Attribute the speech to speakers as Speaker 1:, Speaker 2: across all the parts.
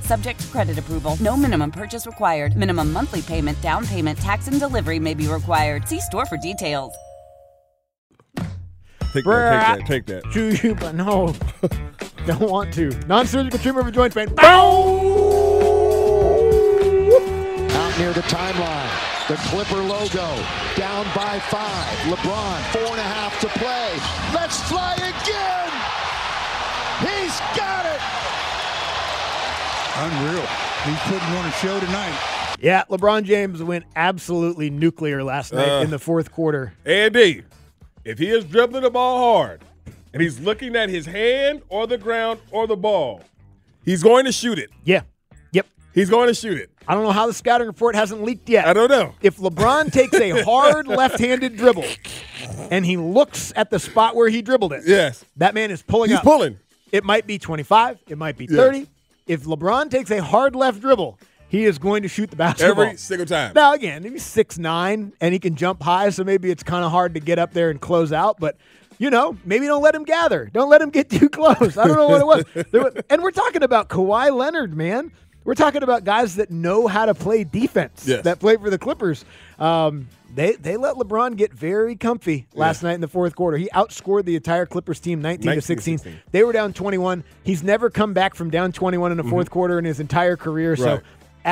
Speaker 1: Subject to credit approval, no minimum purchase required. Minimum monthly payment, down payment, tax, and delivery may be required. See store for details.
Speaker 2: Take that, take that, take that.
Speaker 3: Juju, but no, don't want to. Non-surgical treatment for joint pain. Boom!
Speaker 4: out near the timeline. The Clipper logo down by five. LeBron, four and a half to play. Let's fly again. He's got it.
Speaker 5: Unreal. He's putting on a show tonight.
Speaker 3: Yeah, LeBron James went absolutely nuclear last night in the fourth quarter.
Speaker 2: Andy, if he is dribbling the ball hard and he's looking at his hand or the ground or the ball, he's going to shoot it.
Speaker 3: Yeah, yep.
Speaker 2: He's going to shoot it.
Speaker 3: I don't know how the scouting report hasn't leaked yet.
Speaker 2: I don't know.
Speaker 3: If LeBron takes a hard left-handed dribble and he looks at the spot where he dribbled it,
Speaker 2: Yes.
Speaker 3: that man is pulling
Speaker 2: He's
Speaker 3: up.
Speaker 2: pulling.
Speaker 3: It might be 25. It might be 30. If LeBron takes a hard left dribble, he is going to shoot the basketball.
Speaker 2: Every single time.
Speaker 3: Now, again, he's six nine and he can jump high, so maybe it's kind of hard to get up there and close out. But, you know, maybe don't let him gather. Don't let him get too close. I don't know what it was. There was- and we're talking about Kawhi Leonard, man. We're talking about guys that know how to play defense
Speaker 2: Yes.
Speaker 3: that play for the Clippers. Um, they, they let LeBron get very comfy last night in the fourth quarter. He outscored the entire Clippers team 19 to 16.
Speaker 2: 19.
Speaker 3: They were down 21. He's never come back from down 21 in the 4th quarter in his entire career. So
Speaker 2: Mm-hmm. Right.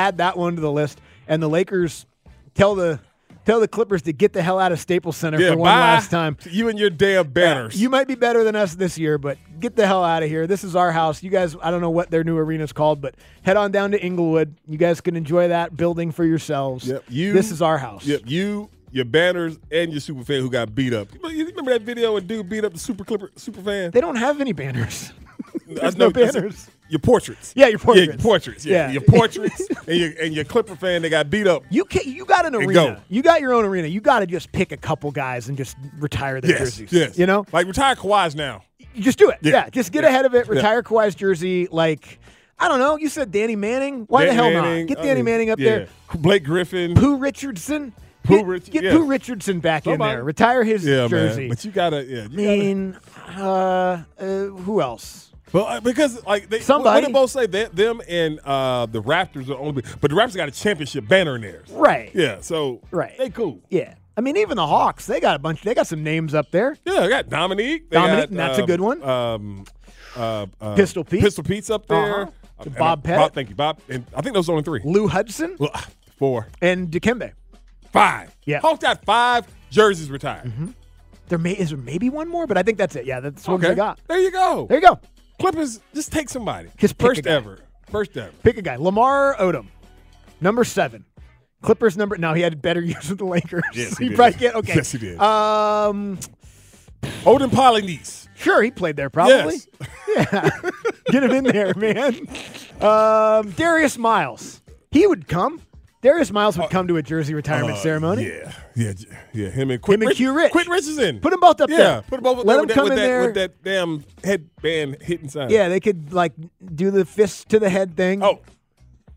Speaker 3: add that one to the list. And the Lakers tell the tell the Clippers to get the hell out of Staples Center
Speaker 2: Yeah,
Speaker 3: for one
Speaker 2: bye.
Speaker 3: last time.
Speaker 2: You and your damn banners.
Speaker 3: You might be better than us this year, but get the hell out of here. This is our house. You guys, I don't know what their new arena's called, but head on down to Inglewood. You guys can enjoy that building for yourselves.
Speaker 2: Yep. You.
Speaker 3: this is our house.
Speaker 2: Yep. You, your banners, and your super fan who got beat up. You remember that video where dude beat up the super clipper super fan?
Speaker 3: They don't have any banners. There's
Speaker 2: I
Speaker 3: no
Speaker 2: know- that's-
Speaker 3: banners.
Speaker 2: Your portraits.
Speaker 3: Yeah, your portraits.
Speaker 2: Yeah, your portraits. Yeah,
Speaker 3: Yeah.
Speaker 2: your portraits and your and your Clipper fan. They got beat up.
Speaker 3: You can, you got an arena.
Speaker 2: go.
Speaker 3: You got your own arena. You got to just pick a couple guys and just retire their
Speaker 2: Yes,
Speaker 3: jerseys.
Speaker 2: yes.
Speaker 3: You know,
Speaker 2: like retire Kawhi's now.
Speaker 3: You just do it. Yeah,
Speaker 2: Yeah.
Speaker 3: just get
Speaker 2: Yeah.
Speaker 3: ahead of it.
Speaker 2: Yeah.
Speaker 3: Retire Kawhi's jersey. Like I don't know. You said Danny Manning. Why the
Speaker 2: Danny
Speaker 3: hell
Speaker 2: Manning,
Speaker 3: not? Get
Speaker 2: I
Speaker 3: Danny
Speaker 2: mean,
Speaker 3: Manning up
Speaker 2: yeah.
Speaker 3: there.
Speaker 2: Blake Griffin.
Speaker 3: Pooh Richardson.
Speaker 2: Pooh
Speaker 3: get,
Speaker 2: Richard-
Speaker 3: Get
Speaker 2: yeah.
Speaker 3: Pooh Richardson back in
Speaker 2: Somebody.
Speaker 3: there. Retire his
Speaker 2: yeah,
Speaker 3: jersey.
Speaker 2: man. But you gotta, yeah, you
Speaker 3: I mean, uh, uh, who else?
Speaker 2: gotta- but, uh, because like they,
Speaker 3: Somebody.
Speaker 2: What, what did both say? They, them and uh, the Raptors are only, but the Raptors got a championship banner in theirs.
Speaker 3: Right.
Speaker 2: Yeah, so
Speaker 3: Right.
Speaker 2: they cool.
Speaker 3: Yeah. I mean, even the Hawks. They got a bunch. They got some names up there.
Speaker 2: Yeah, they got Dominique. They
Speaker 3: Dominique,
Speaker 2: got,
Speaker 3: that's a good one.
Speaker 2: Um, uh, uh,
Speaker 3: Pistol Pete.
Speaker 2: Pistol Pete's up there.
Speaker 3: Uh-huh.
Speaker 2: And, uh,
Speaker 3: Bob Pettit.
Speaker 2: Bob, thank you, Bob. And I think those are only three.
Speaker 3: Lou Hudson
Speaker 2: Well, ah, Four,
Speaker 3: and Dikembe.
Speaker 2: five.
Speaker 3: Yeah.
Speaker 2: Hawks got five jerseys retired.
Speaker 3: There may is there maybe one more, but I think that's it. Yeah, that's what they got.
Speaker 2: There you go.
Speaker 3: There you go.
Speaker 2: Clippers, just take somebody.
Speaker 3: Just pick a
Speaker 2: first
Speaker 3: guy.
Speaker 2: ever. First ever.
Speaker 3: Pick a guy. Lamar Odom, number seven. Clippers number. No, he had better years with the Lakers.
Speaker 2: Yes, he did.
Speaker 3: probably can't. Okay.
Speaker 2: Yes, he did.
Speaker 3: Um,
Speaker 2: Odin Polynice.
Speaker 3: sure, he played there probably.
Speaker 2: Yes.
Speaker 3: Yeah, get him in there, man. Um, Darius Miles, he would come. Darius Miles would come to a jersey retirement
Speaker 2: Uh,
Speaker 3: ceremony.
Speaker 2: Yeah, yeah, j- yeah. Him and Quit
Speaker 3: Him and Q Rich.
Speaker 2: Quit Rich is in.
Speaker 3: Put 'em both up
Speaker 2: yeah,
Speaker 3: there.
Speaker 2: put them both up
Speaker 3: Let
Speaker 2: there
Speaker 3: 'em
Speaker 2: with,
Speaker 3: come
Speaker 2: that, with,
Speaker 3: in
Speaker 2: that, with
Speaker 3: there.
Speaker 2: that damn headband hitting sign.
Speaker 3: Yeah, they could like do the fist to the head thing.
Speaker 2: Oh,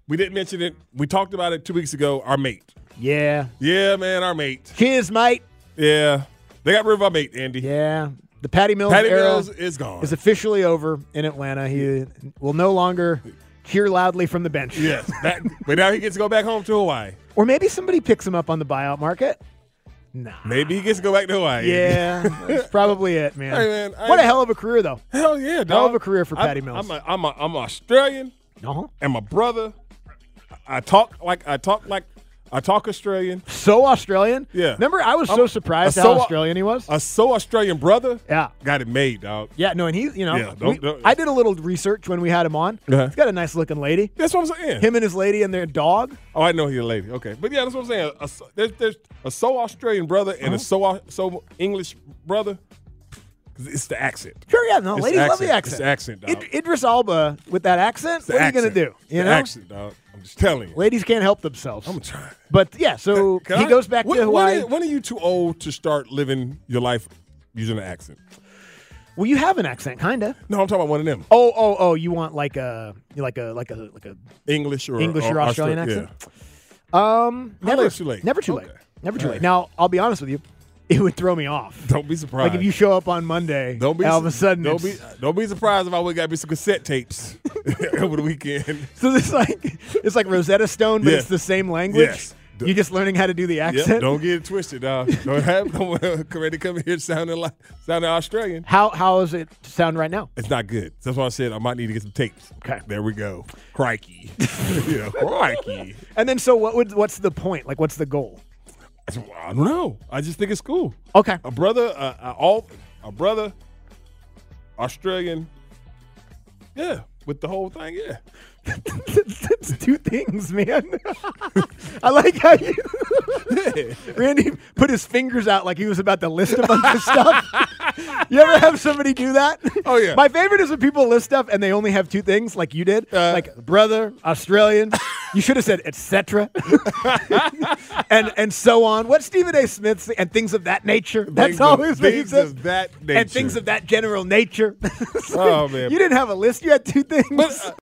Speaker 2: we didn't mention it. We talked about it two weeks ago. Our mate.
Speaker 3: yeah.
Speaker 2: Yeah, man, our mate.
Speaker 3: Cheers, mate.
Speaker 2: Yeah, they got rid of our mate, Andy.
Speaker 3: Yeah. The Patty Mills
Speaker 2: Patty
Speaker 3: era
Speaker 2: Mills is gone.
Speaker 3: is officially over in Atlanta. He will no longer cheer loudly from the bench.
Speaker 2: yes, that, but now he gets to go back home to Hawaii.
Speaker 3: Or maybe somebody picks him up on the buyout market. Nah.
Speaker 2: Maybe he gets to go back to Hawaii.
Speaker 3: Yeah, that's probably it, man.
Speaker 2: Hey, man, I-
Speaker 3: what a hell of a career, though.
Speaker 2: hell yeah, dog.
Speaker 3: Hell of a career for Patty
Speaker 2: I'm,
Speaker 3: Mills.
Speaker 2: I'm, a, I'm, a, I'm Australian.
Speaker 3: Uh-huh.
Speaker 2: and my brother. I I talk like I talk like I talk Australian.
Speaker 3: So Australian.
Speaker 2: Yeah.
Speaker 3: Remember, I was so
Speaker 2: I'm-
Speaker 3: surprised
Speaker 2: a
Speaker 3: how
Speaker 2: so-
Speaker 3: Australian he was.
Speaker 2: A so Australian brother.
Speaker 3: Yeah.
Speaker 2: Got it made, dog.
Speaker 3: yeah. No, and he, you know,
Speaker 2: Yeah, don't-
Speaker 3: we-
Speaker 2: don't-
Speaker 3: I did a little research when we had him on.
Speaker 2: Uh-huh.
Speaker 3: He's got a nice looking lady.
Speaker 2: That's what I'm saying.
Speaker 3: Him and his lady and their dog.
Speaker 2: Oh, I know he's a lady. Okay, but yeah, that's what I'm saying. A, so- there's, there's a so Australian brother
Speaker 3: Oh.
Speaker 2: and a so so English brother. 'Cause It's the accent.
Speaker 3: Sure, yeah, no,
Speaker 2: It's
Speaker 3: ladies
Speaker 2: the
Speaker 3: love the
Speaker 2: accent. It's
Speaker 3: accent.
Speaker 2: the accent, dog.
Speaker 3: Id- Idris Alba with that accent.
Speaker 2: It's the
Speaker 3: What are you
Speaker 2: accent.
Speaker 3: gonna do?
Speaker 2: It's
Speaker 3: You
Speaker 2: the
Speaker 3: know,
Speaker 2: accent, dog. I'm just telling you.
Speaker 3: ladies can't help themselves.
Speaker 2: I'm trying.
Speaker 3: But yeah, so
Speaker 2: Can
Speaker 3: he
Speaker 2: I-
Speaker 3: goes back
Speaker 2: when-
Speaker 3: to Hawaii.
Speaker 2: When are, when are you too old to start living your life using an accent?
Speaker 3: well, you have an accent, kinda.
Speaker 2: No, I'm talking about one of them.
Speaker 3: Oh, oh, oh! You want like a like a like a like a
Speaker 2: English or
Speaker 3: English or Australian accent?
Speaker 2: Yeah.
Speaker 3: um
Speaker 2: How
Speaker 3: never
Speaker 2: late's too late?
Speaker 3: never too late
Speaker 2: Okay.
Speaker 3: never too
Speaker 2: All
Speaker 3: late.
Speaker 2: right.
Speaker 3: Now I'll be honest with you, it would throw me off.
Speaker 2: Don't be surprised.
Speaker 3: Like if you show up on Monday,
Speaker 2: don't be
Speaker 3: and all of a
Speaker 2: su-
Speaker 3: sudden,
Speaker 2: Don't be
Speaker 3: it's-
Speaker 2: don't be surprised if I would got me some cassette tapes over the weekend.
Speaker 3: so it's like it's like Rosetta Stone, but
Speaker 2: Yeah.
Speaker 3: it's the same language.
Speaker 2: Yes. D-
Speaker 3: You're just learning how to do the accent.
Speaker 2: Yep, don't get it twisted, dog. Don't have no ready to come here sounding like sounding Australian.
Speaker 3: How how does it sound right now?
Speaker 2: It's not good. That's why I said I might need to get some tapes.
Speaker 3: Okay.
Speaker 2: There we go. Crikey. yeah, crikey.
Speaker 3: And then so what would what's the point? Like what's the goal?
Speaker 2: I said, "Well, I don't know. I just think it's cool.
Speaker 3: Okay.
Speaker 2: A brother, uh, uh, all a brother, Australian. Yeah, with the whole thing. Yeah.
Speaker 3: That's two things, man. I like how you Randy put his fingers out like he was about to list a bunch of stuff. You ever have somebody do that?
Speaker 2: Oh, yeah.
Speaker 3: My favorite is when people list stuff and they only have two things, like you did,
Speaker 2: Uh,
Speaker 3: like brother, Australian. you should have said etc. and and so on. What Stephen A. Smith say- and things of that nature. That's
Speaker 2: Things of-
Speaker 3: always what he
Speaker 2: things
Speaker 3: says.
Speaker 2: of that
Speaker 3: And things
Speaker 2: nature.
Speaker 3: of that general nature. It's
Speaker 2: Oh,
Speaker 3: like,
Speaker 2: man.
Speaker 3: you didn't have a list. You had two things.